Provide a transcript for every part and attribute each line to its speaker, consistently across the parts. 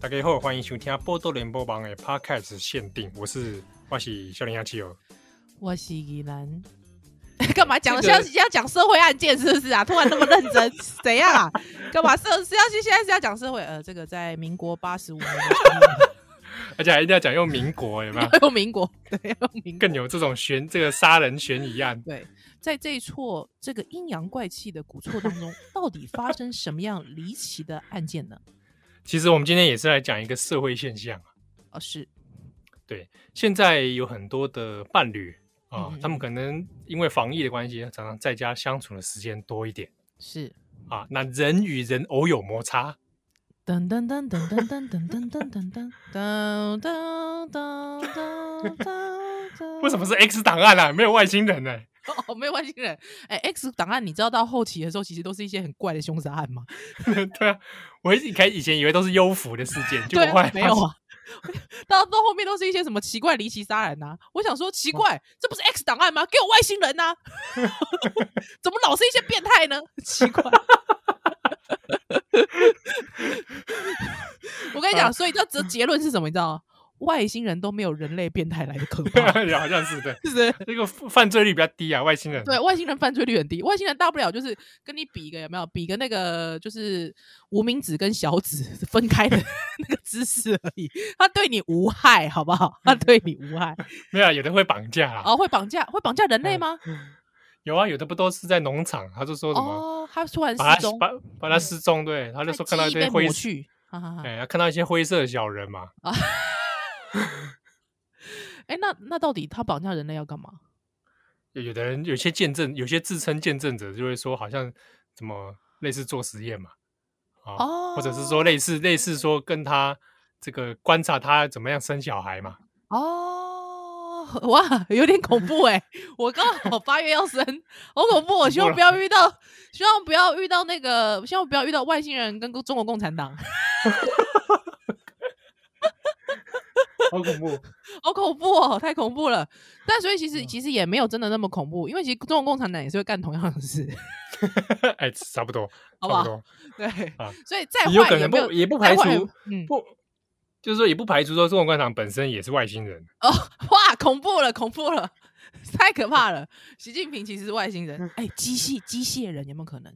Speaker 1: 大家好，欢迎收听《波多联播网》的 Podcast 限定，我是我是笑脸亚基友。
Speaker 2: 我是宜兰。 干嘛讲的像要讲社会案件是不是啊？突然那么认真， 怎样啊？干嘛社是要去现在是要讲社会？呃，这个在民国八十五年的时
Speaker 1: 而且还一定要讲用民国，有没有？
Speaker 2: 候，用民国对，用民国
Speaker 1: 更有这种悬这个杀人悬疑案，
Speaker 2: 对，在这一错这个阴阳怪气的古错当中，到底发生什么样离奇的案件呢？
Speaker 1: 其实我们今天也是来讲一个社会现象啊。
Speaker 2: 哦，是
Speaker 1: 对，现在有很多的伴侣啊，
Speaker 2: 嗯
Speaker 1: 他们可能因为防疫的关系，常常在家相处的时间多一点
Speaker 2: 是，
Speaker 1: 啊。那人与人偶有摩擦，
Speaker 2: 噔噔噔噔噔噔噔噔噔噔噔噔噔噔噔噔。
Speaker 1: 为什么是 X 档案啊？没有外星人呢、
Speaker 2: 哦，没有外星人。哎、x 档案，你知道到后期的时候，其实都是一些很怪的凶杀案吗？
Speaker 1: 对啊，我一开以前以为都是优抚的事件，结
Speaker 2: 对
Speaker 1: 果后
Speaker 2: 啊
Speaker 1: 来，
Speaker 2: 没
Speaker 1: 发
Speaker 2: 有
Speaker 1: 现
Speaker 2: 啊。到到后面都是一些什么奇怪离奇杀人呐、啊我想说奇怪，这不是 X 档案吗？给我外星人呐、啊 怎么老是一些变态呢？ 奇怪。我跟你讲，所以这这结论是什么？你知道吗？外星人都没有人类变态来的可 怕，
Speaker 1: 好像是对，
Speaker 2: 是不是？
Speaker 1: 这个犯罪率比较低啊，外星人。
Speaker 2: 对，外星人犯罪率很低，外星人大不了就是跟你比一个有没有，比个那个就是无名指跟小指 分开的那个姿势而已，他对你无害，好不好？
Speaker 1: 嗯
Speaker 2: 他对你无害。
Speaker 1: 没有啊，有的会绑架啊，
Speaker 2: 哦，会绑架，会绑架人类吗？
Speaker 1: 有啊，有的不都是在农场，他就哎说什么、
Speaker 2: 哦，他突然
Speaker 1: 把
Speaker 2: 失
Speaker 1: 他
Speaker 2: 踪，嗯
Speaker 1: 把把他失踪，对，他就说看到一
Speaker 2: 记忆被
Speaker 1: 堆灰
Speaker 2: 抹，去。哈哈哈
Speaker 1: 哎，他看到一些灰色的小人嘛，
Speaker 2: 啊！哎，那那到底他绑架人类要干嘛？
Speaker 1: 有有的人有些见证，有些自称见证者就会说好像怎么类似做实验嘛，啊，
Speaker 2: 哦，
Speaker 1: 或者是说类似类似说跟他这个观察他怎么样生小孩嘛，
Speaker 2: 哦， 哇，有点恐怖哎、我刚好八月要生，好恐 怖！我哦希望
Speaker 1: 恐怖
Speaker 2: 不
Speaker 1: 了
Speaker 2: 要遇到，希望不要遇到那个，希望不要遇到外星人跟中国共产党，
Speaker 1: 好恐怖。
Speaker 2: 好恐怖哦，太恐怖了。但所以其
Speaker 1: 嗯
Speaker 2: 实其实也没有真的那么恐怖，因为其实中国共产党也是会干同样的事，
Speaker 1: 哎，差不多，差
Speaker 2: 好不
Speaker 1: 不
Speaker 2: 好？
Speaker 1: 多，
Speaker 2: 对
Speaker 1: 啊，
Speaker 2: 所以再
Speaker 1: 也有
Speaker 2: 坏
Speaker 1: 可
Speaker 2: 也
Speaker 1: 能
Speaker 2: 没有
Speaker 1: 不也不
Speaker 2: 再
Speaker 1: 排
Speaker 2: 坏也
Speaker 1: 除
Speaker 2: 嗯，
Speaker 1: 不，就是说也不排除说中国官场本身也是外星 人，
Speaker 2: 哦，哇，恐怖了，恐怖了，太可怕了。习近平其实是外星
Speaker 1: 嗯
Speaker 2: 人，哎、机械机械人有没有可能？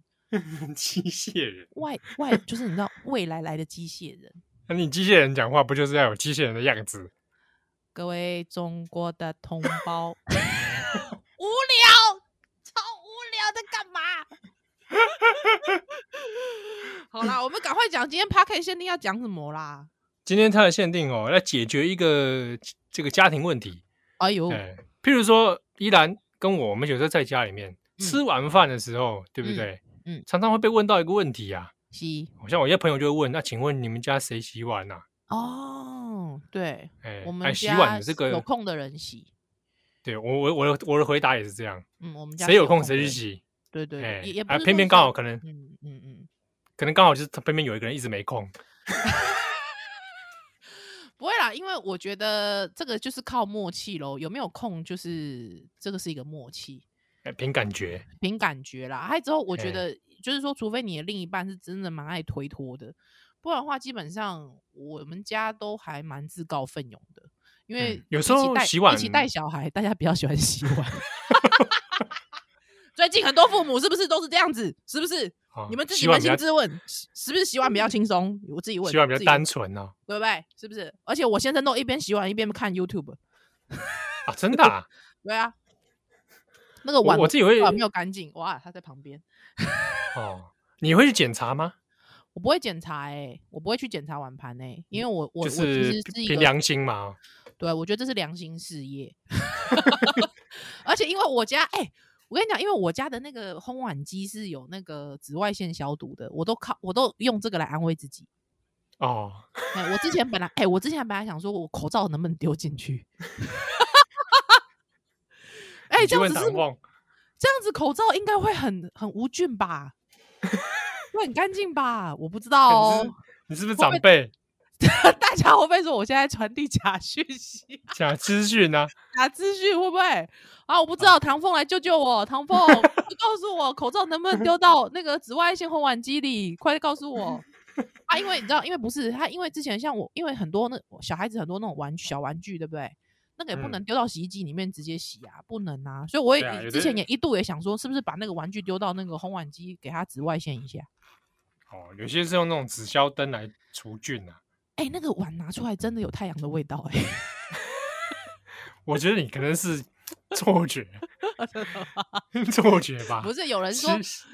Speaker 1: 机械人。
Speaker 2: 外外就是你知道未来来的机械人。
Speaker 1: 那你机械人讲话不就是要有机械人的样子？
Speaker 2: 各位中国的同 胞，无聊，超无聊，在干 嘛？好啦，我们赶快讲今天 p a r k 限定要讲什么啦？
Speaker 1: 今天它的限定哦，来解决一个这个家庭问题。
Speaker 2: 哎呦，
Speaker 1: 哎、譬如说，依兰跟我，我们有时候在家里面、
Speaker 2: 嗯
Speaker 1: 吃完饭的时候，对不对？
Speaker 2: 嗯嗯
Speaker 1: 常常会被问到一个问题啊，
Speaker 2: 西
Speaker 1: 好像我一些朋友就会问，那请问你们家谁洗碗啊？
Speaker 2: 哦，对，
Speaker 1: 哎、
Speaker 2: 我
Speaker 1: 哎
Speaker 2: 们
Speaker 1: 洗
Speaker 2: 家
Speaker 1: 碗的这
Speaker 2: 有
Speaker 1: 个，
Speaker 2: 空的人洗，
Speaker 1: 对我我我的我的回答也是这样，
Speaker 2: 嗯，我们家
Speaker 1: 谁有空
Speaker 2: 空
Speaker 1: 谁
Speaker 2: 的
Speaker 1: 去
Speaker 2: 人，
Speaker 1: 洗，
Speaker 2: 对对
Speaker 1: 哎
Speaker 2: 对，也也不
Speaker 1: 啊
Speaker 2: 是
Speaker 1: 偏
Speaker 2: 说
Speaker 1: 偏
Speaker 2: 是
Speaker 1: 刚好
Speaker 2: 有
Speaker 1: 可能
Speaker 2: 嗯嗯嗯，
Speaker 1: 可能刚好就是他偏偏有一个人一直没空，
Speaker 2: 不会啦，因为我觉得这个就是靠默契咯，有没有空就是这个是一个默契，
Speaker 1: 哎，凭感觉，
Speaker 2: 凭感觉啦。还有之后，我
Speaker 1: 嘿
Speaker 2: 觉得就是说，除非你的另一半是真的蛮爱推脱的，不然的话，基本上我们家都还蛮自告奋勇的。因为、
Speaker 1: 嗯有时候洗碗
Speaker 2: 一起带小孩，大家比较喜欢洗碗。 最近很多父母是不是都是这样子？是不是？
Speaker 1: 啊
Speaker 2: 你们自己
Speaker 1: 洗碗
Speaker 2: 扪
Speaker 1: 比较
Speaker 2: 心自问，是是不是洗碗比较轻松？我自己问，
Speaker 1: 洗碗比
Speaker 2: 自
Speaker 1: 较
Speaker 2: 己
Speaker 1: 单
Speaker 2: 问，
Speaker 1: 纯哦，
Speaker 2: 对不对？是不是？而且我先生都一边洗碗一边看 YouTube。
Speaker 1: 啊，真的、啊，
Speaker 2: 对啊，那个
Speaker 1: 我
Speaker 2: 碗
Speaker 1: 我自己会
Speaker 2: 碗没有干净，哇，他在旁边。
Speaker 1: 哦，你会去检查吗？
Speaker 2: 我不会检查哎、我不会去检查碗盘哎、因为我我、
Speaker 1: 嗯就
Speaker 2: 我
Speaker 1: 是
Speaker 2: 其实是一
Speaker 1: 凭
Speaker 2: 个，
Speaker 1: 良心嘛。
Speaker 2: 对我觉得这是良心事业， 而且因为我家哎、我跟你讲，因为我家的那个烘碗机是有那个紫外线消毒的，我都靠我都用这个来安慰自己。
Speaker 1: 哦，
Speaker 2: 哎、我之前本来哎、我之前本来想说我口罩能不能丢进去， 哎、
Speaker 1: 你去
Speaker 2: 这样
Speaker 1: 问
Speaker 2: 子
Speaker 1: 唐
Speaker 2: 是
Speaker 1: 凤，
Speaker 2: 这样子口罩应该会很很无菌吧？会很干净吧？我不知道
Speaker 1: 哎
Speaker 2: 哦
Speaker 1: 你是。你是不是
Speaker 2: 会不
Speaker 1: 长
Speaker 2: 会
Speaker 1: 辈？
Speaker 2: 大家会不会说我现在传递假讯息、
Speaker 1: 假资讯啊呢？
Speaker 2: 假资讯？会不会啊？我不知道，唐凤来救救我！唐凤， 你 告诉我口罩能不能丢到那个紫外线烘碗机里？快告诉我！啊，因为你知道，因为不是他，因为之前像我，因为很多那小孩子很多那种玩小玩具，对不对？那个也不
Speaker 1: 嗯
Speaker 2: 能丢到洗衣机里面直接洗啊，不能啊。所以我也、
Speaker 1: 对啊有
Speaker 2: 之前
Speaker 1: 的
Speaker 2: 也一度也想说，是不是把那个玩具丢到那个烘碗机，给它紫外线一下？
Speaker 1: 哦，有些是用那种纸消灯来除菌啊。
Speaker 2: 哎、那个碗拿出来真的有太阳的味道哎、
Speaker 1: 我觉得你可能是错觉， 错觉吧？
Speaker 2: 不
Speaker 1: 是，
Speaker 2: 是有人说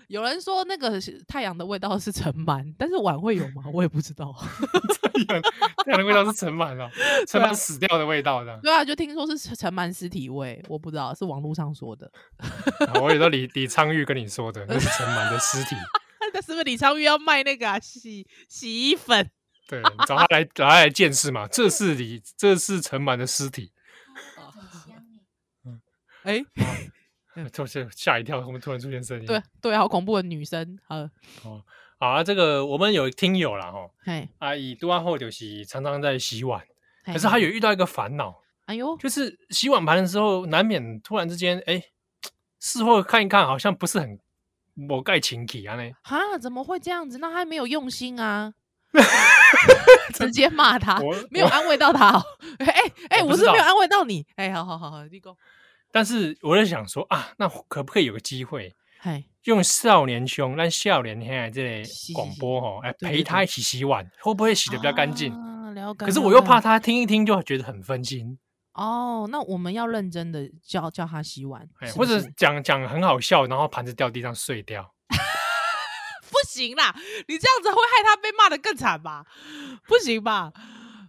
Speaker 2: 有人说那个是太阳的味道是尘螨，但是碗会有吗？我也不知道。
Speaker 1: 太阳太阳的味道是尘螨啊，尘
Speaker 2: 对啊
Speaker 1: 螨死掉的味道的。
Speaker 2: 对啊，就听说是尘尘螨尸体味，我不知道是网络上说的。
Speaker 1: 啊我也都李李昌钰跟你说的，那是尘螨的尸体。
Speaker 2: 那是不是李昌钰要卖那个、啊、洗洗衣粉？
Speaker 1: 对，找他来找他来见识嘛，这是李，这是陈满的尸体，
Speaker 3: 很香 哎，
Speaker 2: 哎、嗯
Speaker 1: 就是吓一跳，我们突然出现声音。
Speaker 2: 对对，好恐怖的女生，呃，
Speaker 1: 好啊，这个我们有听友啦吼，啊
Speaker 2: 嘿，
Speaker 1: 阿姨读完后就是常常在洗碗，
Speaker 2: 可
Speaker 1: 可是她有，遇到一个烦恼，
Speaker 2: 哎呦，
Speaker 1: 就是洗碗盘的时候难免突然之间，哎，事后看一看好像不是很某盖情体啊呢，
Speaker 2: 哈，怎么会这样子？那他没有用心啊， 直接骂他
Speaker 1: 我，
Speaker 2: 没有安慰到他、哦， 哎哎哎，
Speaker 1: 我不
Speaker 2: 我是
Speaker 1: 知
Speaker 2: 没有
Speaker 1: 道
Speaker 2: 安慰到你，哎，好好好好，立功，
Speaker 1: 但是我在想说啊，那可不可以有个机会？
Speaker 2: 嘿，
Speaker 1: 用少年胸，让少年现在这里
Speaker 2: 是
Speaker 1: 广
Speaker 2: 是
Speaker 1: 播吼，哎，
Speaker 2: 对
Speaker 1: 陪
Speaker 2: 对
Speaker 1: 他一起洗碗，会不会洗的比较干净？
Speaker 2: 啊，了解。
Speaker 1: 可是
Speaker 2: 了
Speaker 1: 我又
Speaker 2: 解
Speaker 1: 怕他听一听就觉得很分心，
Speaker 2: 哦，那我们要认真的叫叫他洗碗，
Speaker 1: 哎，
Speaker 2: 是
Speaker 1: 或
Speaker 2: 不
Speaker 1: 者
Speaker 2: 是
Speaker 1: 讲讲很好笑，然后盘子掉地上碎掉。
Speaker 2: 不行啦，你这样子会害他被骂的更惨吧？不行吧？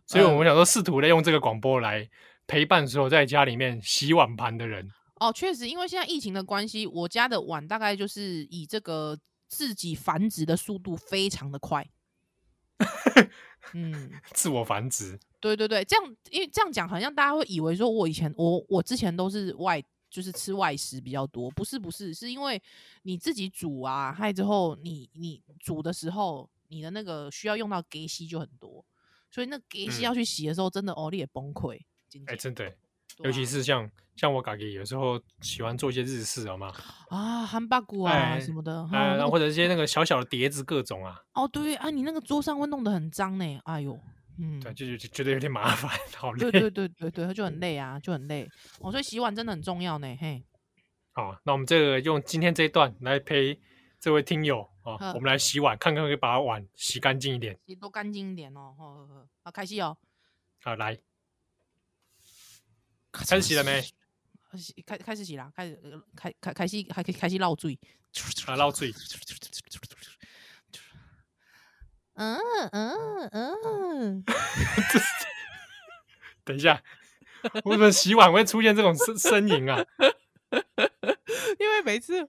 Speaker 1: 所以
Speaker 2: 呃
Speaker 1: 我们想说，试图的用这个广播来陪伴所有在家里面洗碗盘的人。
Speaker 2: 哦，确实，因为现在疫情的关系，我家的碗大概就是以这个自己繁殖的速度非常 的快。嗯，
Speaker 1: 自我繁殖，
Speaker 2: 对对对，这样因为这样讲，好像大家会以为说我以前我我之前都是外就是吃外食比较多，不是不是，是因为你自己煮啊，还之后你你煮的时候，你的那个需要用到给息就很多，所以那给息
Speaker 1: 嗯
Speaker 2: 要去洗的时候，真的哦，你也崩溃。
Speaker 1: 哎、真的，
Speaker 2: 对
Speaker 1: 尤其
Speaker 2: 啊
Speaker 1: 是像像我嘎给，有时候喜欢做一些日式，好吗？
Speaker 2: 啊，汉巴骨啊
Speaker 1: 哎
Speaker 2: 什么的，哈
Speaker 1: 哎、
Speaker 2: 那
Speaker 1: 然
Speaker 2: 个
Speaker 1: 后或者一些那个小小的碟子，各种啊，
Speaker 2: 哦，对啊，你那个桌上会弄得很脏呢。哎呦，嗯，
Speaker 1: 对，就就就觉得有点麻烦，好累
Speaker 2: 对对对 对对，就很累啊，就很累。哦，所以洗碗真的很重要呢。嘿，
Speaker 1: 好，哦那我们这个用今天这一段来陪这位听友啊，
Speaker 2: 好
Speaker 1: 我们来洗碗，看看可不可以把碗洗干净一点
Speaker 2: 洗多干净一点哦。好好好，好开心哦。
Speaker 1: 啊，来。
Speaker 2: 咔
Speaker 1: 开始
Speaker 2: 嚓
Speaker 1: 洗了 没？
Speaker 2: 洗开开始洗啦，开始呃开开开始还可以开始绕嘴。
Speaker 1: 啊，捞嘴，
Speaker 2: 嗯嗯嗯，
Speaker 1: 等一下，为什么洗碗会出现这种呻呻吟啊？
Speaker 2: 因为每次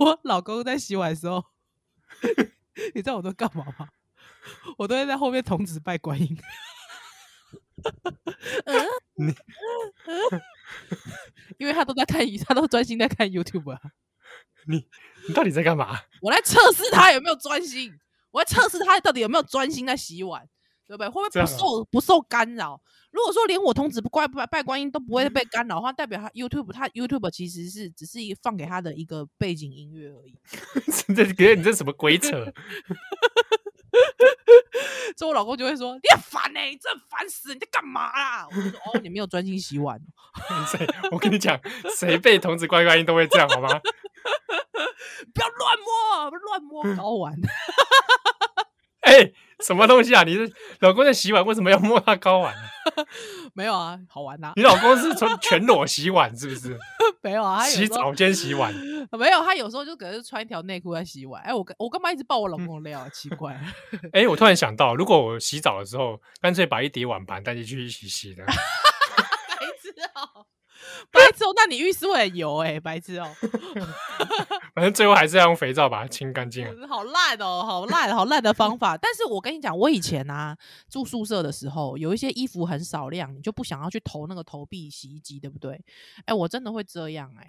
Speaker 2: 我老公在洗碗的时候， 你知道我都干嘛吗？我都会在后面童子拜观音。
Speaker 1: 你
Speaker 2: 嗯 因为他都在看，他都专心在看 YouTube 啊。
Speaker 1: 你到底在干嘛？
Speaker 2: 我来测试他有没有专心，我来测试他到底有没有专心在洗碗，对不对？会不
Speaker 1: 这
Speaker 2: 会
Speaker 1: 样
Speaker 2: 不
Speaker 1: 啊
Speaker 2: 受、不受干扰？如果说连我童子不怪拜拜观音都不会被干扰的话，代表他 YouTube 他 YouTube 其实是只是一放给他的一个背景音乐而已。
Speaker 1: 这给你这什么鬼扯？
Speaker 2: 所以我老公就会说：“你很烦欸呢、你真的烦死了，你在干嘛啦？”我就说：“哦，你没有专心洗碗。”
Speaker 1: 谁？我跟你讲，谁被童子乖乖音都会这样，好吗？
Speaker 2: 不要乱摸，不要乱摸睾丸。
Speaker 1: 哎、什么东西啊？你是老公在洗碗，为什么要摸他睾丸啊、
Speaker 2: 没有啊，好玩呐、
Speaker 1: 你老公是从全裸洗碗是不是？
Speaker 2: 没有啊，他有
Speaker 1: 洗
Speaker 2: 时候
Speaker 1: 澡间洗碗，
Speaker 2: 没有，他有时候就可能是穿一条内裤在洗碗。哎、我跟我干嘛一直爆我老公的料啊？奇怪，
Speaker 1: 哎、我突然想到，如果我洗澡的时候，干脆把一叠碗盘带进去一起洗的，
Speaker 2: 白痴哦、 白痴哦、那你浴室会很油哎、白痴哦、
Speaker 1: 反正最后还是要用肥皂把它清干净啊。
Speaker 2: 好烂哦、好烂，好烂的方法。 但是我跟你讲，我以前啊住宿舍的时候，有一些衣服很少量，你就不想要去投那个投币洗衣机，对不对？哎、我真的会这样哎、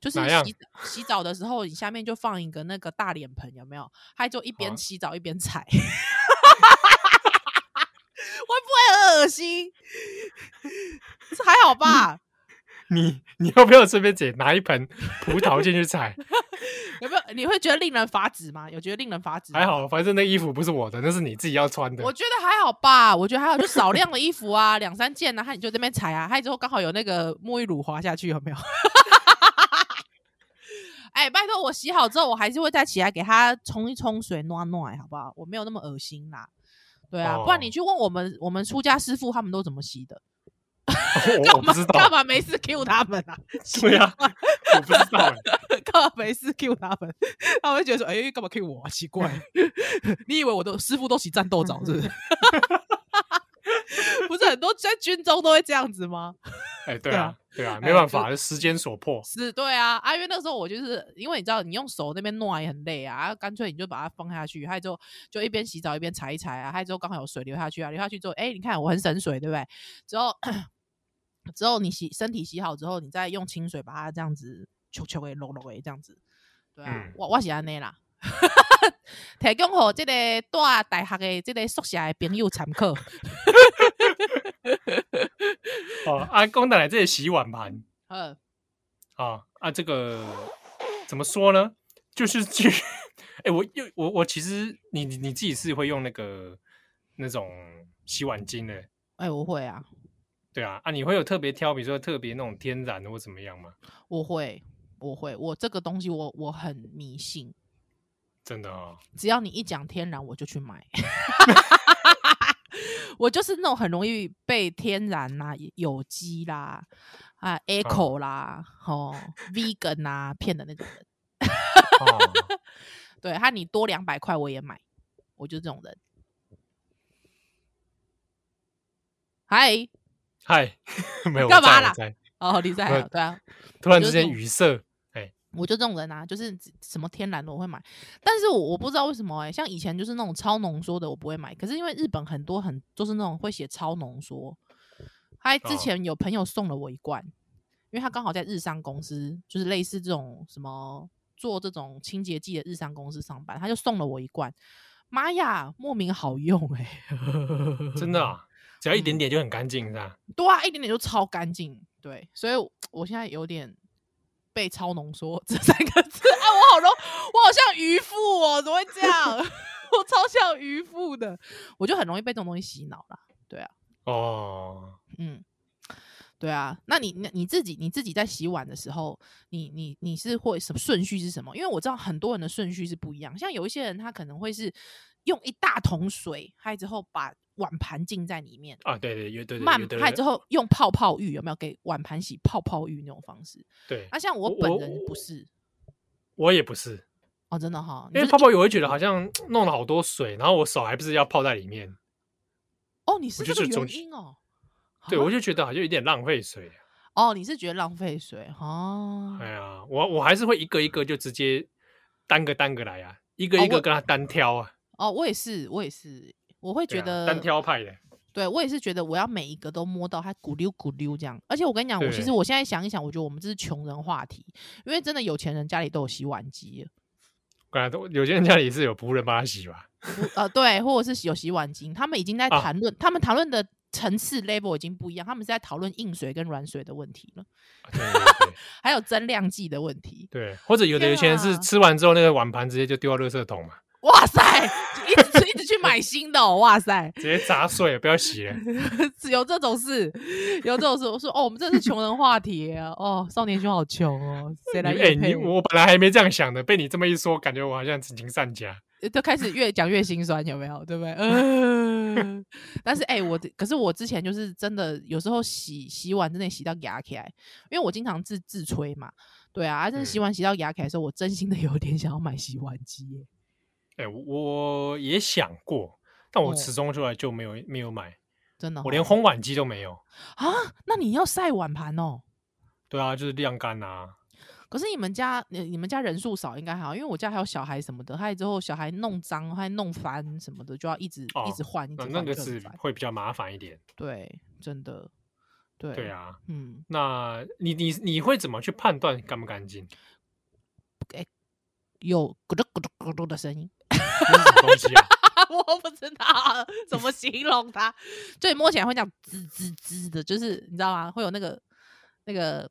Speaker 2: 就是
Speaker 1: 哪样
Speaker 2: 洗澡洗澡的时候，你下面就放一个那个大脸盆，有没有？还就一边
Speaker 1: 啊
Speaker 2: 洗澡一边踩， 会不会很恶心？ 这还好吧？
Speaker 1: 你你要不要顺便姐拿一盆葡萄进去采？
Speaker 2: 有没有？你会觉得令人发指吗？有觉得令人发指？
Speaker 1: 还，好，反正那衣服不是我的，那是你自己要穿的
Speaker 2: 嗯我。觉得还好吧。我觉得还好，就少量的衣服啊，两三件啊，还你就这边踩啊，还之后刚好有那个沐浴乳滑下去，有 没有？哎、拜托，我洗好之后，我还是会再起来给它冲一冲水，暖暖，好不好？我没有那么恶心啦。对啊，不然你
Speaker 1: 哦
Speaker 2: 去问我们我们出家师傅他们都怎么洗的？
Speaker 1: 我
Speaker 2: 干
Speaker 1: 我不
Speaker 2: 嘛
Speaker 1: 知
Speaker 2: 干
Speaker 1: 道，
Speaker 2: 嘛没事 Q 他们啊？
Speaker 1: 对啊，我不知道欸。
Speaker 2: 干嘛没事 Q 他们？他们会觉得说，哎、干嘛 Q 我、啊？奇怪，你以为我的师傅都洗战斗澡是不 是？不是很多在军中都会这样子吗？
Speaker 1: 哎，对
Speaker 2: 对
Speaker 1: 啊
Speaker 2: 啊，
Speaker 1: 对啊，
Speaker 2: 哎
Speaker 1: 没办
Speaker 2: 就
Speaker 1: 法，时间所 迫。
Speaker 2: 是，对啊，啊，因为那时候我就是因为你知道，你用手那边弄也很累啊，啊干脆你就把它放下去，还之后就一边洗澡一边踩一踩啊，还之后刚好有水流下去啊，流下去之后，哎、你看我很省水，对不对？之后之后你洗身体洗好之后，你再用清水把它这样子球球给揉揉诶，这样子，对啊，
Speaker 1: 嗯
Speaker 2: 我我是安尼啦。 提供给这个大大学的这个宿舍的朋友参考。
Speaker 1: 哦，阿公奶奶这里洗碗盘
Speaker 2: 呃，
Speaker 1: 啊啊，这个怎么说呢？就是去，哎，我又我我其实你你你自己是会用那个那种洗碗巾的，
Speaker 2: 哎、我会啊，
Speaker 1: 对啊啊，你会有特别挑，比如说特别那种天然的或怎么样吗？
Speaker 2: 我会，我会，我这个东西我我很迷信。
Speaker 1: 真的哦，
Speaker 2: 只要你一讲天然，我就去买。 我就是那种很容易被天然啦、有机啦、啊 eco 啦、哦 vegan 啦骗的那种人。
Speaker 1: 哦
Speaker 2: 对，他你多两百块我也买，我就是这种人。嗨，
Speaker 1: 嗨， 没有
Speaker 2: 干
Speaker 1: 我在
Speaker 2: 嘛
Speaker 1: 我
Speaker 2: 啦
Speaker 1: 在
Speaker 2: 哦，李在
Speaker 1: 我
Speaker 2: 啊，对啊，
Speaker 1: 突然
Speaker 2: 就
Speaker 1: 之
Speaker 2: 是
Speaker 1: 间语塞，
Speaker 2: 我就这种人啊，就是只什么天然的我会买，但是我我不知道为什么哎、像以前就是那种超浓缩的我不会买，可是因为日本很多很就是那种会写超浓缩，还之
Speaker 1: 哦
Speaker 2: 前有朋友送了我一罐，因为他刚好在日商公司，就是类似这种什么做这种清洁剂的日商公司上班，他就送了我一罐，妈呀，莫名好用哎、
Speaker 1: 真的啊，只要一点
Speaker 2: 嗯
Speaker 1: 点就很干净，是吧？
Speaker 2: 对啊，一点点就超干净。对，所以我我现在有点被“超浓缩” 这三个字，哎，我好浓，我好像渔夫哦，怎么会这样？ 我超像渔夫的，我就很容易被这种东西洗脑啦。
Speaker 1: 哦，
Speaker 2: 嗯，对啊，那你那你自己你自己在洗碗的时候，你你你是会什么顺序是什么？因为我知道很多人的顺序是不一样，像有一些人他可能会是用一大桶水，还之后把碗盘浸在里面。
Speaker 1: 啊，对对，有对对，
Speaker 2: 慢
Speaker 1: 有的
Speaker 2: 拍
Speaker 1: 人
Speaker 2: 之后用泡泡浴有没有给碗盘洗泡泡浴那种方式？
Speaker 1: 对
Speaker 2: 啊，，像我
Speaker 1: 我
Speaker 2: 本
Speaker 1: 我
Speaker 2: 人不是
Speaker 1: 我也不是，
Speaker 2: 哦，真的哈，你
Speaker 1: 因为
Speaker 2: 就是
Speaker 1: 泡
Speaker 2: 一
Speaker 1: 泡油会觉得好像弄了好多水，然后我手还不是要泡在里面，
Speaker 2: 哦，你是这
Speaker 1: 就
Speaker 2: 个
Speaker 1: 是中
Speaker 2: 原
Speaker 1: 间
Speaker 2: 因哦，
Speaker 1: 对
Speaker 2: 哈
Speaker 1: 我就觉得好像有点浪费水。
Speaker 2: 哦，你是觉得浪费水哦
Speaker 1: 哎呀，我我还是会一个一个就直接单个单个来啊，一个
Speaker 2: 哦
Speaker 1: 一个
Speaker 2: 我
Speaker 1: 跟他单挑啊，
Speaker 2: 哦，我也是，我也是，我会
Speaker 1: 对
Speaker 2: 觉
Speaker 1: 啊
Speaker 2: 得
Speaker 1: 单挑派的，
Speaker 2: 对我也是觉得我要每一个都摸到它咕溜咕溜这样。而且我跟你讲，我其实
Speaker 1: 对
Speaker 2: 我现在想一想，我觉得我们这是穷人话题，因为真的有钱人家里都有洗碗机，
Speaker 1: 本来都有些人家里是有仆人帮他洗吧，
Speaker 2: 不呃对，或者是有洗碗巾，他们已经在
Speaker 1: 啊
Speaker 2: 谈论，他们谈论的层次 level 已经不一样，他们是在讨论硬水跟软水的问题了，
Speaker 1: 啊对对对
Speaker 2: 还有增量计的问题。
Speaker 1: 对，或者有的有
Speaker 2: 天
Speaker 1: 些人是
Speaker 2: 啊
Speaker 1: 吃完之后那个碗盘直接就丢到垃圾桶嘛，
Speaker 2: 哇塞，一直一直去买新的、哦，哇塞，
Speaker 1: 直接砸碎，不要洗了。
Speaker 2: 有这种事，有这种事。我说哦，我们这是穷人话题耶哦，少年兄好穷哦，谁来
Speaker 1: 你哎、
Speaker 2: 越
Speaker 1: 你
Speaker 2: 配我？
Speaker 1: 我本来还没这样想的，被你这么一说，感觉我好像情善家。
Speaker 2: 都开始越讲越心酸，有没有？对不 对？嗯、但是哎、我的可是我之前就是真的有时候洗洗碗真的洗到牙起来，因为我经常自自吹嘛，对啊，啊真的洗
Speaker 1: 嗯
Speaker 2: 碗洗到牙起来的时候，我真心的有点想要买洗碗机耶。
Speaker 1: 哎、我也想过，但我
Speaker 2: 哦
Speaker 1: 始终出来就没有没有买，
Speaker 2: 真的哦、
Speaker 1: 我连烘碗机都没有。
Speaker 2: 啊，那你要晒碗盘哦。
Speaker 1: 对啊，就是晾干啊。
Speaker 2: 可是你们家呃你你们家人数少应该还好，因为我家还有小孩什么的，还有之后小孩弄脏，还弄翻什么的，就要一直、一
Speaker 1: 哦
Speaker 2: 直换，一直
Speaker 1: 那
Speaker 2: 换，
Speaker 1: 那个
Speaker 2: 就很
Speaker 1: 是
Speaker 2: 烦
Speaker 1: 会比较麻烦一点。
Speaker 2: 对，真的，对，
Speaker 1: 对，啊，
Speaker 2: 嗯，
Speaker 1: 那你你你会怎么去判断干不干净？
Speaker 2: 有咕噜咕噜咕噜的声音，
Speaker 1: 那是什么东西啊？
Speaker 2: 我不知道怎么形容它，就你摸起来会这样滋滋滋的，就是你知道吗？会有那个那个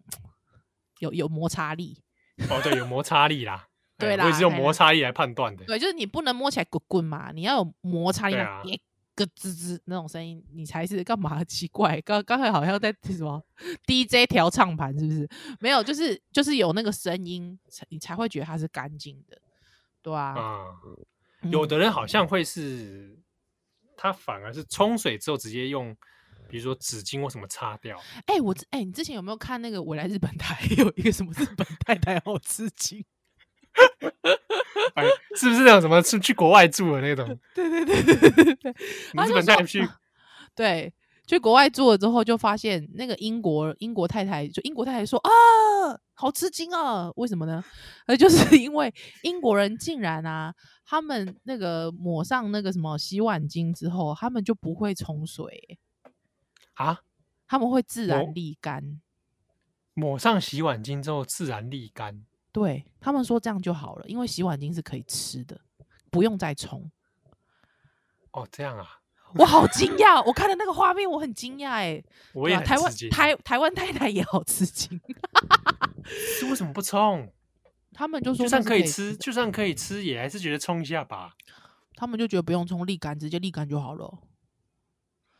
Speaker 2: 有有摩擦力，
Speaker 1: 哦，对，有摩擦力啦。
Speaker 2: 对
Speaker 1: 哎
Speaker 2: 啦
Speaker 1: 我也是用
Speaker 2: 嘿
Speaker 1: 摩擦力来判断的。
Speaker 2: 对，就是你不能摸起来滚滚嘛，你要有摩擦力
Speaker 1: 对
Speaker 2: 嘛
Speaker 1: 啊，
Speaker 2: 别咯吱吱那种声音，你才是干嘛？ 奇怪，刚刚才好像在什么 DJ 调唱盘是不是？没有，就是就是有那个声音，才你才会觉得它是干净的，对啊，
Speaker 1: 啊，有
Speaker 2: 嗯
Speaker 1: 的人好像会是，他反而是冲水之后直接用，比如说纸巾或什么擦掉。
Speaker 2: 哎、我之哎、你之前有没有看那个《我来日本台》 有一个什么日本太太好吃惊？
Speaker 1: 哎，是不是那种什么是去国外住的那种？
Speaker 2: 对对对对对对，
Speaker 1: 你
Speaker 2: 他
Speaker 1: 日
Speaker 2: 就
Speaker 1: 本带
Speaker 2: 说
Speaker 1: 去，
Speaker 2: 对，去国外住了之后，就发现那个英国英国太太，就英国太太说啊，好吃惊啊！为什么呢？呃，就是因为英国人竟然啊，他们那个抹上那个什么洗碗巾之后，他们就不会冲水，
Speaker 1: 啊，
Speaker 2: 他们会自然
Speaker 1: 哦
Speaker 2: 沥干。
Speaker 1: 抹上洗碗巾之后自然沥干。
Speaker 2: 对他们说这样就好了，因为洗碗巾是可以吃的，不用再冲。
Speaker 1: 哦，这样啊，
Speaker 2: 我好惊讶，我看了那个画面，我很惊讶哎、
Speaker 1: 我
Speaker 2: 对
Speaker 1: 也
Speaker 2: 啊
Speaker 1: 很
Speaker 2: 台湾
Speaker 1: 吃惊
Speaker 2: 台台湾太太也好吃惊，
Speaker 1: 是为什么不冲？
Speaker 2: 他们就说
Speaker 1: 就算
Speaker 2: 那是嗯
Speaker 1: 可
Speaker 2: 以
Speaker 1: 以吃，就算可以吃，也还是觉得冲一下吧。
Speaker 2: 他们就觉得不用冲沥干，直接沥干就好了。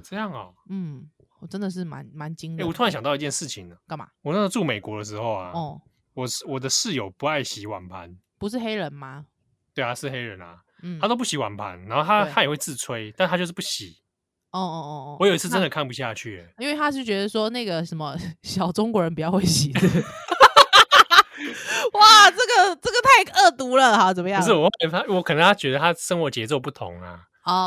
Speaker 1: 这样哦，
Speaker 2: 嗯，我真的是蛮蛮惊
Speaker 1: 哎、
Speaker 2: 人的。
Speaker 1: 我突然想到一件事情呢。
Speaker 2: 干嘛？
Speaker 1: 我那时候住美国的时候啊，
Speaker 2: 哦，
Speaker 1: 我是我的室友不爱洗碗盘，
Speaker 2: 不是黑人吗？
Speaker 1: 对啊，是黑人啊，
Speaker 2: 嗯，
Speaker 1: 他都不洗碗盘，然后他
Speaker 2: 对
Speaker 1: 他也会自吹，但他就是不洗。
Speaker 2: 哦哦哦哦，
Speaker 1: 我有一次真
Speaker 2: 那
Speaker 1: 的看不下去、欸，
Speaker 2: 因为他是觉得说那个什么 小中国人比较会洗 的。哇，这个这个太恶毒了，好怎么样？
Speaker 1: 不是我后来发，我可能他觉得他生活节奏不同啊，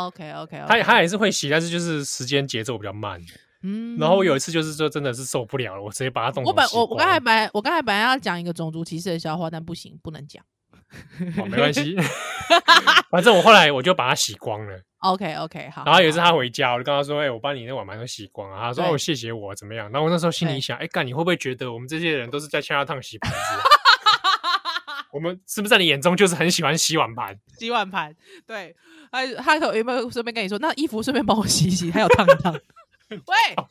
Speaker 2: ，OK OK，
Speaker 1: 他也他也是会洗，但是就是时间节奏比较慢。
Speaker 2: 嗯
Speaker 1: 然后我有一次就是说真的是受不了了，我直接把他动
Speaker 2: 我本我我刚才
Speaker 1: 哦
Speaker 2: 本来我刚才本来要讲一个种族歧视的笑话，但不行，不能讲。
Speaker 1: 没关 系，反正我后来我就把他洗光了。
Speaker 2: OK OK，好。
Speaker 1: 然后有一次
Speaker 2: 好
Speaker 1: 他回家，我就跟他说：“哎、我把你那碗盘都洗光了。”他说：“
Speaker 2: 对
Speaker 1: 哦，谢谢我怎么样？”然后我那时候心
Speaker 2: 对
Speaker 1: 里想：“哎、干你会不会觉得我们这些人都是在恰烫洗盘子啊、 我们是不是在你眼中就是很喜欢洗碗盘？
Speaker 2: 洗碗盘，对，还有他有没有顺便跟你说，那衣服顺便帮我洗一洗，还有烫一烫。 喂，
Speaker 1: 哦
Speaker 2: 啊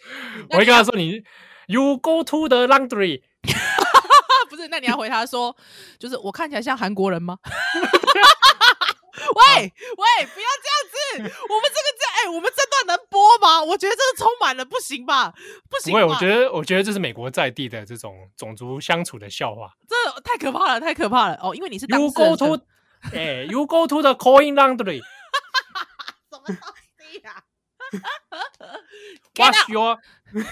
Speaker 1: 我会跟他说你，You go to the laundry。
Speaker 2: 啊，不是，那你要回他说，就是我看起来像韩国人吗？ 喂喂，不要这样子！我们这个这哎、我们这段能播吗？我觉得这个充满了不行吧，不行
Speaker 1: 不
Speaker 2: 吧，
Speaker 1: 会，我觉得我觉得这是美国在地的这种种族相处的笑话。
Speaker 2: 这太可怕了，太可怕了哦！因为你是当
Speaker 1: You
Speaker 2: 事人
Speaker 1: go
Speaker 2: 身
Speaker 1: to，哎、y o u go to the coin laundry。
Speaker 2: 什么东西呀、Get
Speaker 1: Wash
Speaker 2: out,
Speaker 1: your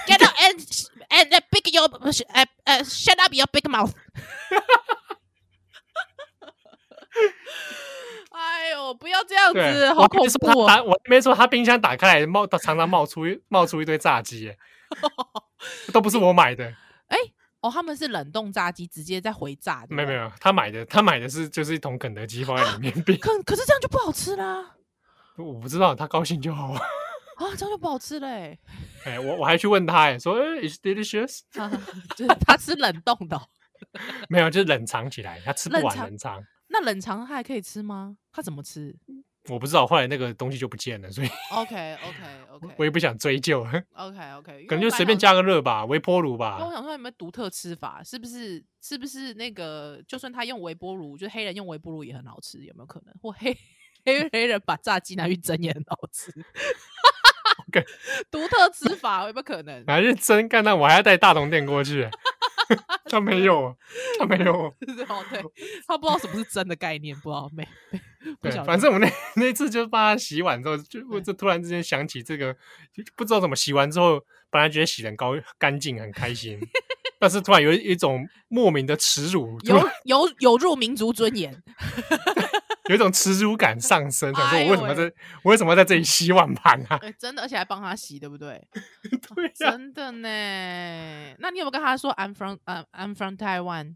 Speaker 2: get out and and uh, big your uh, uh, shut up your big mouth 。 哎呦，不要这样
Speaker 1: 对，
Speaker 2: 子，
Speaker 1: 我
Speaker 2: 好
Speaker 1: 还没
Speaker 2: 恐
Speaker 1: 说
Speaker 2: 怖
Speaker 1: 他打
Speaker 2: 哦！
Speaker 1: 我还没说他冰箱打开来冒，常常冒出一冒出一堆炸鸡 耶，都不是我买的。
Speaker 2: 哦，他们是冷冻炸鸡，直接再回炸的。
Speaker 1: 没有没有，他买的他买的是就是一桶肯德基放在里面 冰，
Speaker 2: 可可是这样就不好吃啦
Speaker 1: 我不知道他高兴就好。
Speaker 2: 啊，这样就不好吃嘞、
Speaker 1: 哎、我我还去问他、哎，说哎、i s delicious？
Speaker 2: 啊就是它是冷冻的哦、
Speaker 1: 没有，就是冷藏起来，他吃不
Speaker 2: 冷
Speaker 1: 完
Speaker 2: 藏
Speaker 1: 冷藏。
Speaker 2: 那冷藏它还可以吃吗？它怎么吃
Speaker 1: 我不知道，后来那个东西就不见了，所以
Speaker 2: ？OK OK
Speaker 1: 我
Speaker 2: OK
Speaker 1: 也不想追究，可
Speaker 2: OK OK，
Speaker 1: 能就随便。加个热吧，微波炉
Speaker 2: 因为我
Speaker 1: 吧。
Speaker 2: 想说有没有独特吃法？是不是是不是那个？就算他用微波炉，就是黑人用微波炉也很好吃，有没有可能？或黑黑黑人把炸鸡拿去蒸也很好吃
Speaker 1: OK
Speaker 2: 独特吃法有没有可 能？
Speaker 1: 然后认真干，那我还要带大同电锅 去、哎他没有，他没有。
Speaker 2: 对哦，对，他不知道什么是真的概念，不知道没没不
Speaker 1: 对
Speaker 2: 晓，得
Speaker 1: 反正我那那次就帮他洗碗之后，就我就突然之间想起这个，就不知道怎么洗完之后，本来觉得洗的高干净很开 心，但是突然有一一种莫名的耻辱，突
Speaker 2: 有
Speaker 1: 然
Speaker 2: 有有入民族尊严，
Speaker 1: 有一种耻辱感上升，想说
Speaker 2: 哎
Speaker 1: 我
Speaker 2: 呦
Speaker 1: 为什么在
Speaker 2: 喂
Speaker 1: 我为什么在这里洗碗盘啊？
Speaker 2: 哎，真的，而且还帮他洗，对不对？
Speaker 1: 对啊呀、
Speaker 2: 真的呢。那你有没有跟他说 I'm from 呃、I'm from Taiwan？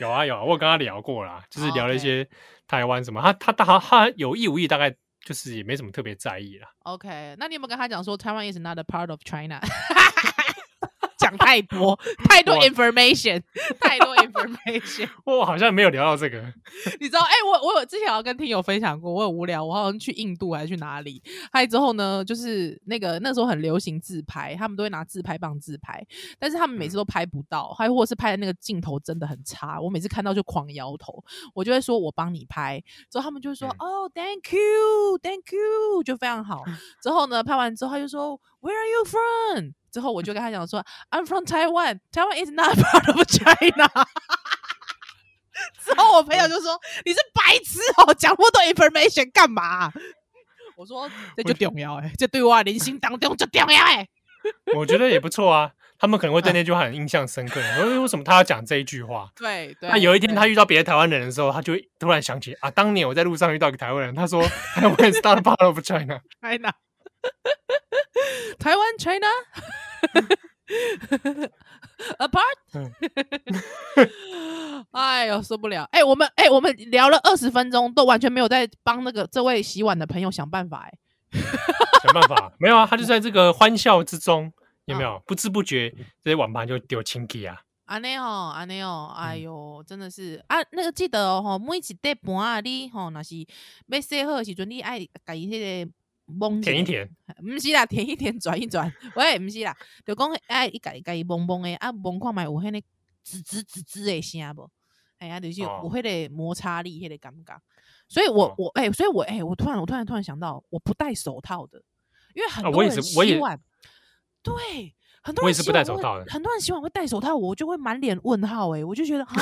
Speaker 1: 有啊有啊，我有跟他聊过啦，就是
Speaker 2: 哦
Speaker 1: 聊了一
Speaker 2: ，OK
Speaker 1: 些台湾什么，他他他他有意无意，大概就是也没什么特别在意啦。
Speaker 2: OK，那你有没有跟他讲说 Taiwan is not a part of China？讲讲太多，太多
Speaker 1: 哇
Speaker 2: information，太多 information。
Speaker 1: 我好像没有聊到这个，
Speaker 2: 你知道，哎、我我有之前有跟听友分享过，我很无聊，我好像去印度还是去哪里，嗨之后呢，就是那个那时候很流行自拍，他们都会拿自拍棒自拍，但是他们每次都拍不到，还或者是拍的那个镜头真的很差，我每次看到就狂摇头，我就会说我帮你拍，之后他们就会说
Speaker 1: 嗯
Speaker 2: 哦、thank you，thank you，就非常好。之后呢，拍完之后他就说 Where are you from？之后我就跟他讲说 I'm from Taiwan. Taiwan is not part of China. 之后我朋友就说你是白痴哦，讲那么多 information 干嘛、 我说 这就重要哎、这对我人生当中就重要哎、
Speaker 1: 我觉得也不错啊。他们可能会对
Speaker 2: 嗯
Speaker 1: 那句话很印象深刻。我说为什么他要讲这一句话？
Speaker 2: 对对。啊
Speaker 1: 那有一天
Speaker 2: 对
Speaker 1: 他遇到别的台湾人的时候，他就会突然想起啊，当年我在路上遇到一个台湾人，他说 台湾 is not a part of China。
Speaker 2: China，台湾 China，apart，
Speaker 1: 嗯
Speaker 2: 哎呦受不了！哎、我们哎、我们聊了二十分钟，都完全没有在帮那个这位洗碗的朋友想办法、哎，
Speaker 1: 想办法，没有啊，他就在这个欢笑之中，有没
Speaker 2: 啊
Speaker 1: 有？不知不觉这些碗盘就丢清气啊。
Speaker 2: 安内哦，安内哦，
Speaker 1: 嗯
Speaker 2: 哎呦，真的是啊，那个记得哦，吼每一块盘啊，你吼若是要洗好的时阵，你爱家己迄个蒙
Speaker 1: 舔一舔，
Speaker 2: 毋是啦，舔一舔，转一转，喂，毋是啦，就讲哎，伊家己家己蒙蒙诶，啊，蒙看觅有迄个吱吱吱吱诶声无，哎呀，就是有
Speaker 1: 哦
Speaker 2: 迄个摩擦力，迄个感觉。所以我，
Speaker 1: 哦
Speaker 2: 我哎、所以我哎、我突然我突然突然想到，我不戴手套的，因为很
Speaker 1: 啊
Speaker 2: 多
Speaker 1: 我也
Speaker 2: 人
Speaker 1: 是我也
Speaker 2: 洗碗，对，很多
Speaker 1: 我也
Speaker 2: 人
Speaker 1: 是
Speaker 2: 洗
Speaker 1: 不戴
Speaker 2: 碗
Speaker 1: 手
Speaker 2: 会
Speaker 1: 套的
Speaker 2: 很多人洗碗会戴手套，我就会满脸问号、哎，我就觉得啊，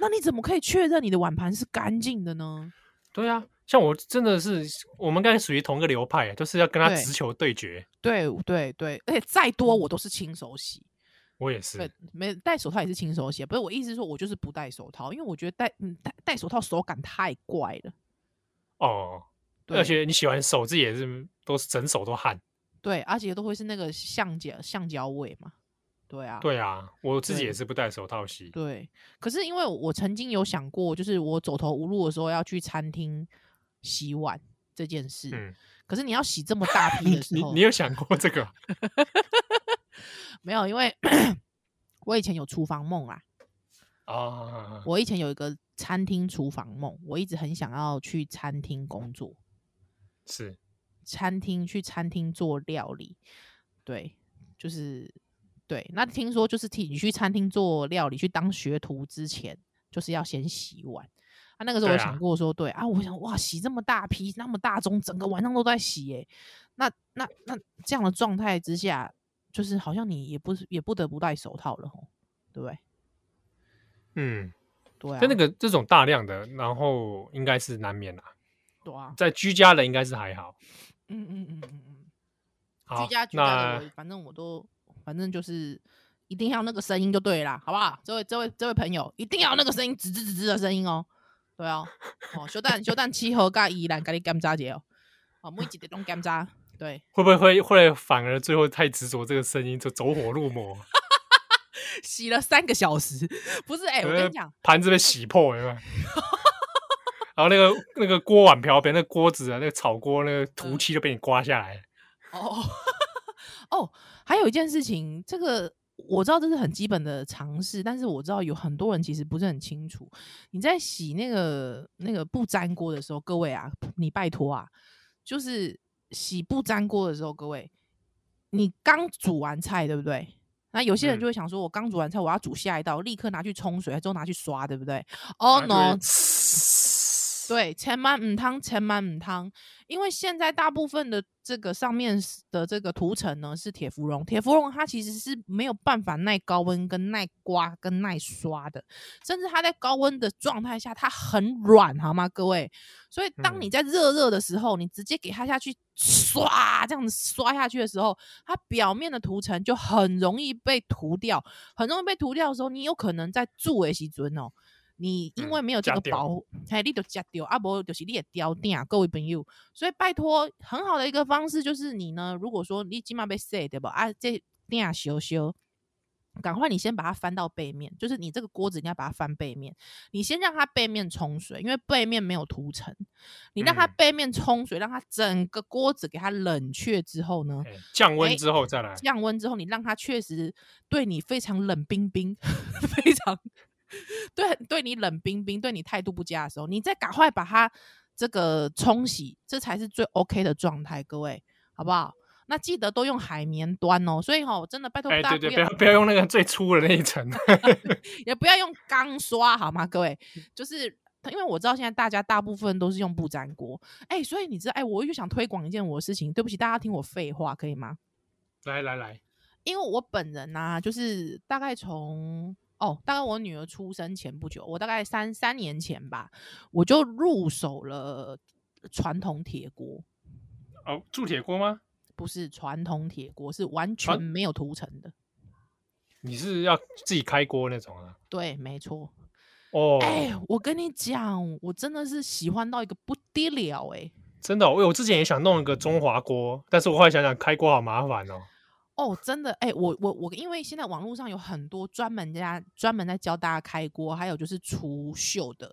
Speaker 2: 那你怎么可以确认你的碗盘是干净的呢？
Speaker 1: 对啊，像我真的是，我们刚才属于同一个流派，都是要跟他
Speaker 2: 对
Speaker 1: 直球对决。
Speaker 2: 对对对，而且再多
Speaker 1: 嗯
Speaker 2: 我都是亲手洗。
Speaker 1: 我也是
Speaker 2: 对，，没戴手套也是轻手啊写，不是我意思是说，我就是不戴手套，因为我觉得戴嗯戴戴手套手感太怪了。
Speaker 1: 哦，
Speaker 2: 对
Speaker 1: 而且你洗完手自己也是都是整手都汗。
Speaker 2: 对，而且都会是那个橡胶橡胶味嘛。对啊，
Speaker 1: 对啊，我自己
Speaker 2: 对
Speaker 1: 也是不戴手套洗。
Speaker 2: 对。可是因为我曾经有想过，就是我走投无路的时候要去餐厅洗碗这件事。
Speaker 1: 嗯，
Speaker 2: 可是你要洗这么大 批
Speaker 1: 你
Speaker 2: 的时
Speaker 1: 你
Speaker 2: 候，
Speaker 1: 你有想过这个？
Speaker 2: 没有？因为 我以前有厨房梦啦，
Speaker 1: 啊，
Speaker 2: 我以前有一个餐厅厨房梦，我一直很想要去餐厅工作。
Speaker 1: 是
Speaker 2: 餐厅去餐厅做料理，对，就是对。那听说就是替你去餐厅做料理去当学徒之前，就是要先洗碗。啊，那个时候我
Speaker 1: 对啊
Speaker 2: 想过说，对啊我想哇，洗这么大批那么大盅，整个晚上都在洗耶、那那那这样的状态之下，就是好像你也不是也不得不戴手套了吼，对不对？
Speaker 1: 嗯，
Speaker 2: 对啊，
Speaker 1: 但那个这种大量的，然后应该是难免啦，
Speaker 2: 对啊，
Speaker 1: 在居家的应该是还好。
Speaker 2: 嗯嗯嗯嗯嗯。
Speaker 1: 好，
Speaker 2: 居家居家
Speaker 1: 那
Speaker 2: 的我，反正我都，反正就是一定要那个声音就对啦，好不好？这位这位这位朋友，一定要那个声音，吱吱吱吱的声音哦。对哦，哦，小蛋小蛋七号甲依然甲你检查一下哦，哦，每一个拢检查。对，
Speaker 1: 会不会会会反而最后太执着这个声音，就走火入魔，
Speaker 2: 洗了三个小时， 不是？哎、我跟你讲，
Speaker 1: 盘子被洗破了有没有？ 然后那个那个锅碗瓢盆、那个锅子啊、那个炒锅、那
Speaker 2: 嗯
Speaker 1: 个涂漆就被你刮下来了。
Speaker 2: 哦 哦，还有一件事情，这个我知道这是很基本的常识，但是我知道有很多人其实不是很清楚。你在洗那个那个不粘锅的时候，各位啊，你拜托啊，就是洗不粘锅的时候，各位，你刚煮完菜对不对？那有些人
Speaker 1: 嗯
Speaker 2: 就会想说，我刚煮完菜，我要煮下一道，立刻拿去冲水，之后拿去刷，对不对？Oh
Speaker 1: 然后就会
Speaker 2: no，对，千万唔汤，千万唔汤，因为现在大部分的这个上面是的这个涂层呢是铁芙蓉，铁芙蓉它其实是没有办法耐高温、跟耐刮、跟耐刷的，甚至它在高温的状态下，它很软，好吗，各位？所以当你在热热的时候，你直接给它下去刷，这样子刷下去的时候，它表面的涂层就很容易被涂掉，很容易被涂掉的时候，你有可能在住的时阵哦。你因
Speaker 1: 嗯
Speaker 2: 为没有这
Speaker 1: 吃
Speaker 2: 个
Speaker 1: 到
Speaker 2: 保护，嘿，你就夹掉，啊不，就是你也掉定啊各位朋友。所以拜托，很好的一个方式就是你呢，如果说你今晚被 say 对吧？啊，这定修修，赶快你先把它翻到背面，就是你这个锅子你要把它翻背面，你先让它背面冲水，因为背面没有涂层，你让它
Speaker 1: 嗯
Speaker 2: 背面冲水，让它整个锅子给它冷却之后呢，
Speaker 1: 哎降
Speaker 2: 哎
Speaker 1: 温之后再来，
Speaker 2: 降温之后，你让它确实对你非常冷冰冰， 非常对对你冷冰冰，对你态度不佳的时候，你再赶快把它这个冲洗，这才是最 OK 的状态，各位，好不好？那记得都用海绵端哦，所以哈、真的拜托
Speaker 1: 哎，
Speaker 2: 大家
Speaker 1: 对
Speaker 2: 不
Speaker 1: 对，
Speaker 2: 要、
Speaker 1: 不要不要用那个最粗的那一层，
Speaker 2: 也不要用钢刷好吗？各位，就是因为我知道现在大家大部分都是用不粘锅，哎、所以你知道，哎、我又想推广一件我的事情，对不起，大家听我废话可以吗？
Speaker 1: 来来来，
Speaker 2: 因为我本人呐、就是大概从哦，大概我女儿出生前不久，我大概三三年前吧，我就入手了传统铁锅，
Speaker 1: 哦，铸铁锅吗？
Speaker 2: 不是传统铁锅，是完
Speaker 1: 传
Speaker 2: 全没有涂层的。
Speaker 1: 你是要自己开锅那种啊？
Speaker 2: 对，没错。
Speaker 1: 哦，
Speaker 2: 哎、我跟你讲，我真的是喜欢到一个不得了哎、
Speaker 1: 真的哦、我我之前也想弄一个中华锅，但是我后来想想，开锅好麻烦哦。
Speaker 2: 哦，真的，哎、我我我，因为现在网络上有很多专门家专门在教大家开锅，还有就是除锈的，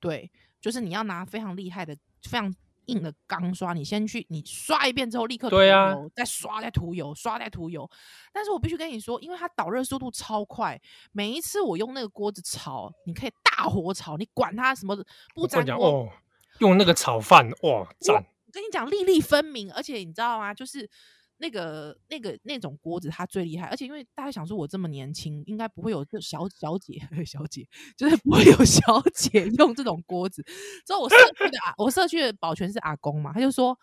Speaker 2: 对，就是你要拿非常厉害的、非常硬的钢刷，你先去你刷一遍之后，立刻
Speaker 1: 对
Speaker 2: 涂
Speaker 1: 啊
Speaker 2: 油再刷再涂油，刷再涂油。但是我必须跟你说，因为它导热速度超快，每一次我用那个锅子炒，你可以大火炒，你管它什么不
Speaker 1: 我跟
Speaker 2: 粘
Speaker 1: 你讲
Speaker 2: 锅
Speaker 1: 哦，用那个炒饭，哇，赞！
Speaker 2: 我跟你讲，粒粒分明，而且你知道吗？就是那个那个那种锅子，它最厉害。而且因为大家想说，我这么年轻，应该不会有这小小姐 小姐，就是不会有小姐用这种锅子。之后我社区的啊，我社区的保全是阿公嘛，他就说：“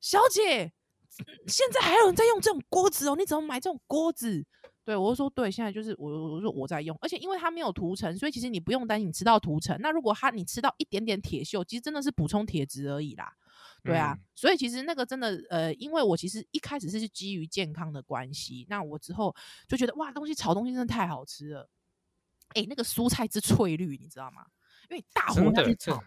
Speaker 2: 小姐，嗯现在还有人在用这种锅子哦，你怎么买这种锅子？”对，我就说对，现在就是我，我说我在用，而且因为它没有涂层，所以其实你不用担心你吃到涂层。那如果它你吃到一点点铁锈，其实真的是补充铁质而已啦。对啊，
Speaker 1: 嗯
Speaker 2: 所以其实那个真的，呃，因为我其实一开始是基于健康的关系，那我之后就觉得哇，东西炒东西真的太好吃了，哎，那个蔬菜之翠绿，你知道吗？因为大火
Speaker 1: 真
Speaker 2: 下
Speaker 1: 的
Speaker 2: 去
Speaker 1: 真
Speaker 2: 炒，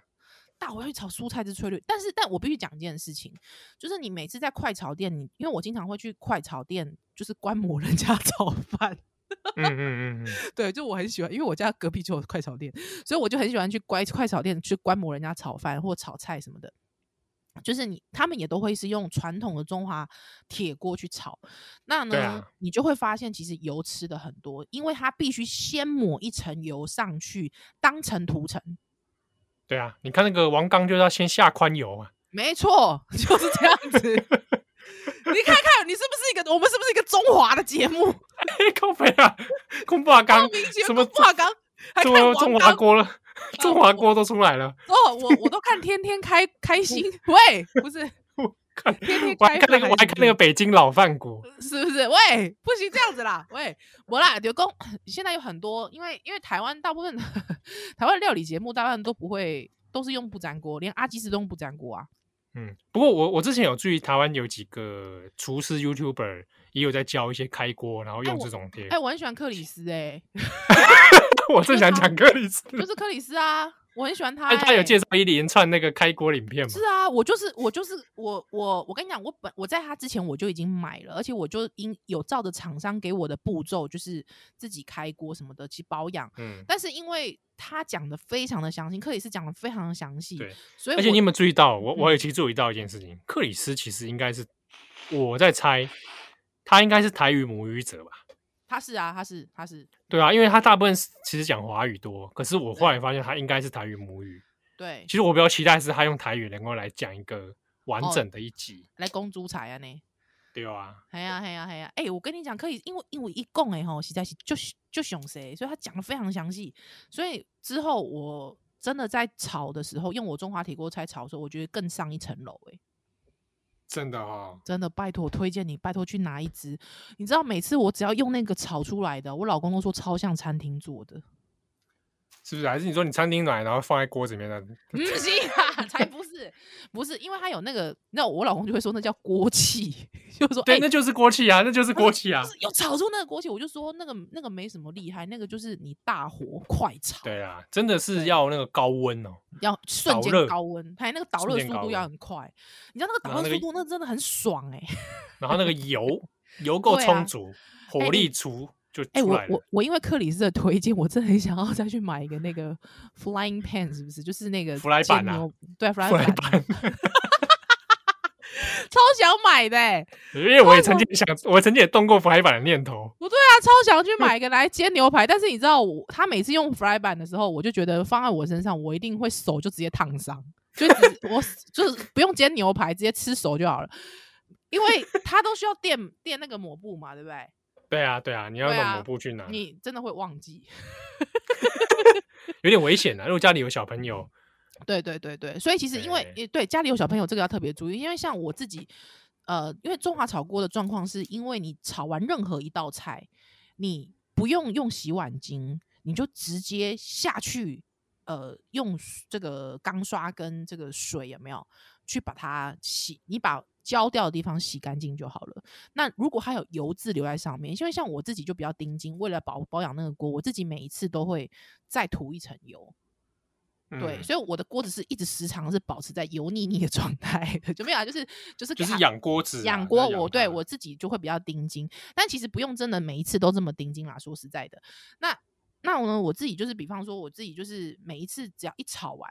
Speaker 2: 大火下去炒蔬菜之翠绿，但是但我必须讲一件事情，就是你每次在快炒店，你因为我经常会去快炒店，就是观摩人家 炒饭，
Speaker 1: 嗯嗯嗯嗯，
Speaker 2: 对，就我很喜欢，因为我家隔壁就有快炒店，所以我就很喜欢去乖快炒店去观摩人家炒饭或炒菜什么的。就是你，他们也都会是用传统的中华铁锅去炒，那呢，
Speaker 1: 对啊
Speaker 2: 你就会发现其实油吃的很多，因为它必须先抹一层油上去当成涂层，
Speaker 1: 对啊，你看那个王刚就是要先下宽油啊，
Speaker 2: 没错， 就是这样子。你看看，你是不是一个我们是不是一个中华的节目？
Speaker 1: 嘿， 靠北啊，空霸刚
Speaker 2: 莫名其
Speaker 1: 什
Speaker 2: 妙
Speaker 1: 么
Speaker 2: 不好刚，还
Speaker 1: 中
Speaker 2: 看王
Speaker 1: 中
Speaker 2: 刚
Speaker 1: 华锅了，中华锅都出来了，
Speaker 2: 哦，我我都看天天开开心，喂，不是
Speaker 1: 我看
Speaker 2: 天天
Speaker 1: 我还
Speaker 2: 开
Speaker 1: 看那个
Speaker 2: 饭
Speaker 1: 我还
Speaker 2: 还
Speaker 1: 看
Speaker 2: 是
Speaker 1: 那个北京老饭骨，
Speaker 2: 是不是？喂，不行这样子啦，喂，我啦，刘公现在有很多，因为因为台湾大部分台湾料理节目大部分都不会，都是用不粘锅，连阿基斯都用不粘锅啊。
Speaker 1: 嗯，不过我我之前有注意台湾有几个厨师 YouTuber 也有在教一些开锅，然后用
Speaker 2: 我
Speaker 1: 这种铁
Speaker 2: 哎、，我很喜欢克里斯、
Speaker 1: 我正想讲克里斯
Speaker 2: 哎，，就是克里斯啊，我很喜欢他、
Speaker 1: 哎，
Speaker 2: 哎，
Speaker 1: 他有介绍一连串那个开锅影片嘛，
Speaker 2: 是啊，我就是我就是我我我跟你讲，我本我在他之前我就已经买了，而且我就因有照着厂商给我的步骤，就是自己开锅什么的去保养。
Speaker 1: 嗯，
Speaker 2: 但是因为他讲的非常的详细，克里斯讲的非常的详细，
Speaker 1: 对，
Speaker 2: 所以
Speaker 1: 而且
Speaker 2: 我
Speaker 1: 你有没有注意到？我我
Speaker 2: 嗯
Speaker 1: 有其实注意到一件事情，克里斯其实应该是我在猜，他应该是台语母语者吧？
Speaker 2: 他是啊，他是他是
Speaker 1: 对啊，因为他大部分是其实讲华语多，可是我后来发现他应该是台语母语。
Speaker 2: 对
Speaker 1: 其实我比较期待是他用台语能够来讲一个完
Speaker 2: 哦
Speaker 1: 整的一集，
Speaker 2: 来公主彩啊呢。
Speaker 1: 对啊，
Speaker 2: 哎呀，哎呀，哎呀！哎、我跟你讲，可以，因为因为一共哎吼，实在是就就熊谁，所以他讲的非常详细。所以之后我真的在炒的时候，用我中华铁锅菜炒的时候，我觉得更上一层楼哎，
Speaker 1: 真的哦，
Speaker 2: 真的，拜托推荐你，拜托去拿一支。你知道每次我只要用那个炒出来的，我老公都说超像餐厅做的。
Speaker 1: 是不是？还是你说你餐厅来，然后放在锅子里面的？
Speaker 2: 不 是啊，才不是，不是，因为他有那个，那我老公就会说那叫锅气， 就说
Speaker 1: 对，
Speaker 2: 哎
Speaker 1: 那就是锅气啊，那就是锅气啊
Speaker 2: 就。是有炒出那个锅气，我就说那个那个没什么厉害，那个就是你大火快炒，
Speaker 1: 对啊，真的是要那个高温哦。
Speaker 2: 要瞬
Speaker 1: 导
Speaker 2: 间
Speaker 1: 热
Speaker 2: 高温，哎还有那个导
Speaker 1: 瞬
Speaker 2: 热
Speaker 1: 间
Speaker 2: 速
Speaker 1: 高
Speaker 2: 度要
Speaker 1: 温
Speaker 2: 很快。你知道那个
Speaker 1: 然
Speaker 2: 导
Speaker 1: 后
Speaker 2: 热
Speaker 1: 那
Speaker 2: 速
Speaker 1: 个
Speaker 2: 度，那真的很爽哎、
Speaker 1: 然后那个油油够
Speaker 2: 对啊
Speaker 1: 充足，
Speaker 2: 哎
Speaker 1: 火
Speaker 2: 你
Speaker 1: 力足，就
Speaker 2: 哎、
Speaker 1: 出
Speaker 2: 我
Speaker 1: 来了。
Speaker 2: 我我因为克里斯的推荐，我真的很想要再去买一个那个 flying pan，是不是？就是那个
Speaker 1: 弗莱
Speaker 2: 煎
Speaker 1: 板啊
Speaker 2: 牛，对 ，fly
Speaker 1: 不来
Speaker 2: 板，
Speaker 1: 办，
Speaker 2: 超想买的、欸，
Speaker 1: 因为我也曾经想，我曾经也动过浮海板的念头。
Speaker 2: 我对啊，超想去买一个来煎牛排，但是你知道我，他每次用 fry 板的时候，我就觉得放在我身上，我一定会手就直接烫伤，就只我就是不用煎牛排，直接吃手就好了，因为它都需要垫垫那个抹布嘛，对不对？
Speaker 1: 对啊，对啊，你要
Speaker 2: 对
Speaker 1: 用
Speaker 2: 啊
Speaker 1: 抹布去拿，
Speaker 2: 你真的会忘记，
Speaker 1: 有点危险啊。如果家里有小朋友，
Speaker 2: 对对对对，所以其实因为
Speaker 1: 对
Speaker 2: 也对家里有小朋友，这个要特别注意，因为像我自己，呃，因为中华炒锅的状况是因为你炒完任何一道菜，你不用用洗碗巾，你就直接下去，呃，用水这个钢刷跟这个水有没有去把它洗，你把。焦掉的地方洗干净就好了。那如果还有油渍留在上面，因为像我自己就比较盯紧，为了保保养那个锅，我自己每一次都会再涂一层油。
Speaker 1: 嗯
Speaker 2: 对，所以我的锅子是一直时常是保持在油腻腻的状态的，就没有啊，就是就是
Speaker 1: 就
Speaker 2: 给
Speaker 1: 是
Speaker 2: 它
Speaker 1: 养锅子啊，
Speaker 2: 养
Speaker 1: 要
Speaker 2: 锅，我对
Speaker 1: 它
Speaker 2: 我自己就会比较盯紧，但其实不用真的每一次都这么盯紧啦。说实在的，那那我呢，我自己就是，比方说我自己就是每一次只要一炒完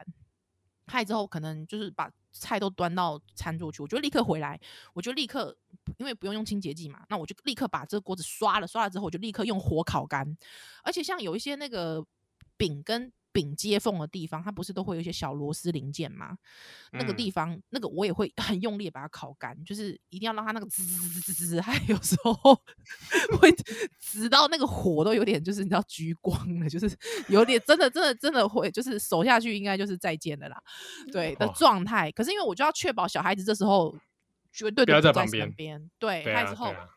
Speaker 2: 菜之后，可能就是把菜都端到餐桌去，我就立刻回来，我就立刻因为不用用清洁剂嘛，那我就立刻把这个锅子刷了，刷了之后我就立刻用火烤干，而且像有一些那个饼跟。饼接缝的地方，它不是都会有一些小螺丝零件吗？那个
Speaker 1: 嗯
Speaker 2: 地方，那个我也会 很用力地把它烤干，就是一定要让它那个滋滋滋滋滋，它有时候 会直到那个火都有点就是你知道橘光了，就是有点真的真的真的会就是手下去应该就是再见的啦，对的
Speaker 1: 哇
Speaker 2: 状态。可是因为我就要确保小孩子这时候绝对
Speaker 1: 不
Speaker 2: 都
Speaker 1: 要在
Speaker 2: 在
Speaker 1: 旁
Speaker 2: 身
Speaker 1: 边
Speaker 2: 边，对，
Speaker 1: 对
Speaker 2: 还
Speaker 1: 啊
Speaker 2: 之
Speaker 1: 对
Speaker 2: 后。
Speaker 1: 啊，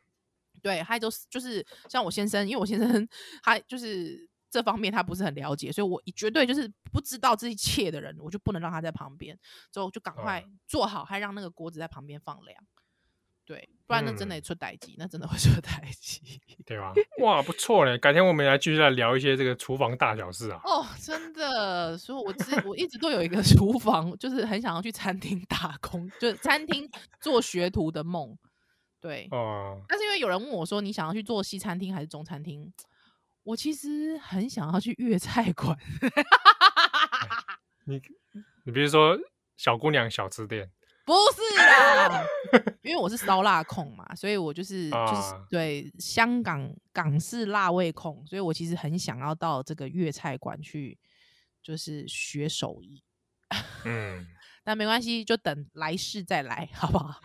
Speaker 2: 对，还有就是就是像我先生，因为我先生他就是这方面他不是很了解，所以我一绝对就是不知道这一切的人，我就不能让他在旁边，之后就赶
Speaker 1: 嗯
Speaker 2: 快做好，还让那个锅子在旁边放凉。对，不然那真的
Speaker 1: 嗯
Speaker 2: 也出歹机，那真的会出歹机。
Speaker 1: 对吧？哇，不错嘞！改天我们来继续来聊一些这个厨房大小事啊。
Speaker 2: 哦，真的，所以我之我一直都有 一个厨房，就是很想要去餐厅打工，就是餐厅做学徒的梦。对，
Speaker 1: 哦，
Speaker 2: 但是因为有人问我说，你想要去做西餐厅还是中餐厅？我其实很想要去粤菜馆，
Speaker 1: 你比如说小姑娘小吃店，
Speaker 2: 不是啦，因为我是烧腊控嘛，所以我就是、就是
Speaker 1: 啊
Speaker 2: 对香港港式辣味控，所以我其实很想要到这个粤菜馆去，就是学手艺。
Speaker 1: 嗯，
Speaker 2: 但没关系，就等来世再来，好不好？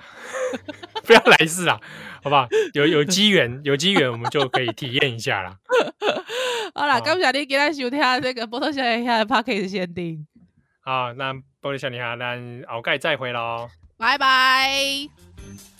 Speaker 1: 不要来世啊，好吧？有有机缘，有机缘我们就可以体验一下啦。
Speaker 2: 好啦，
Speaker 1: 好
Speaker 2: 感谢你今天收听这个波多小姐下的 p a c k a g e 限定，
Speaker 1: 啊，那玻璃小女孩，那鳌盖再会喽。
Speaker 2: 拜拜。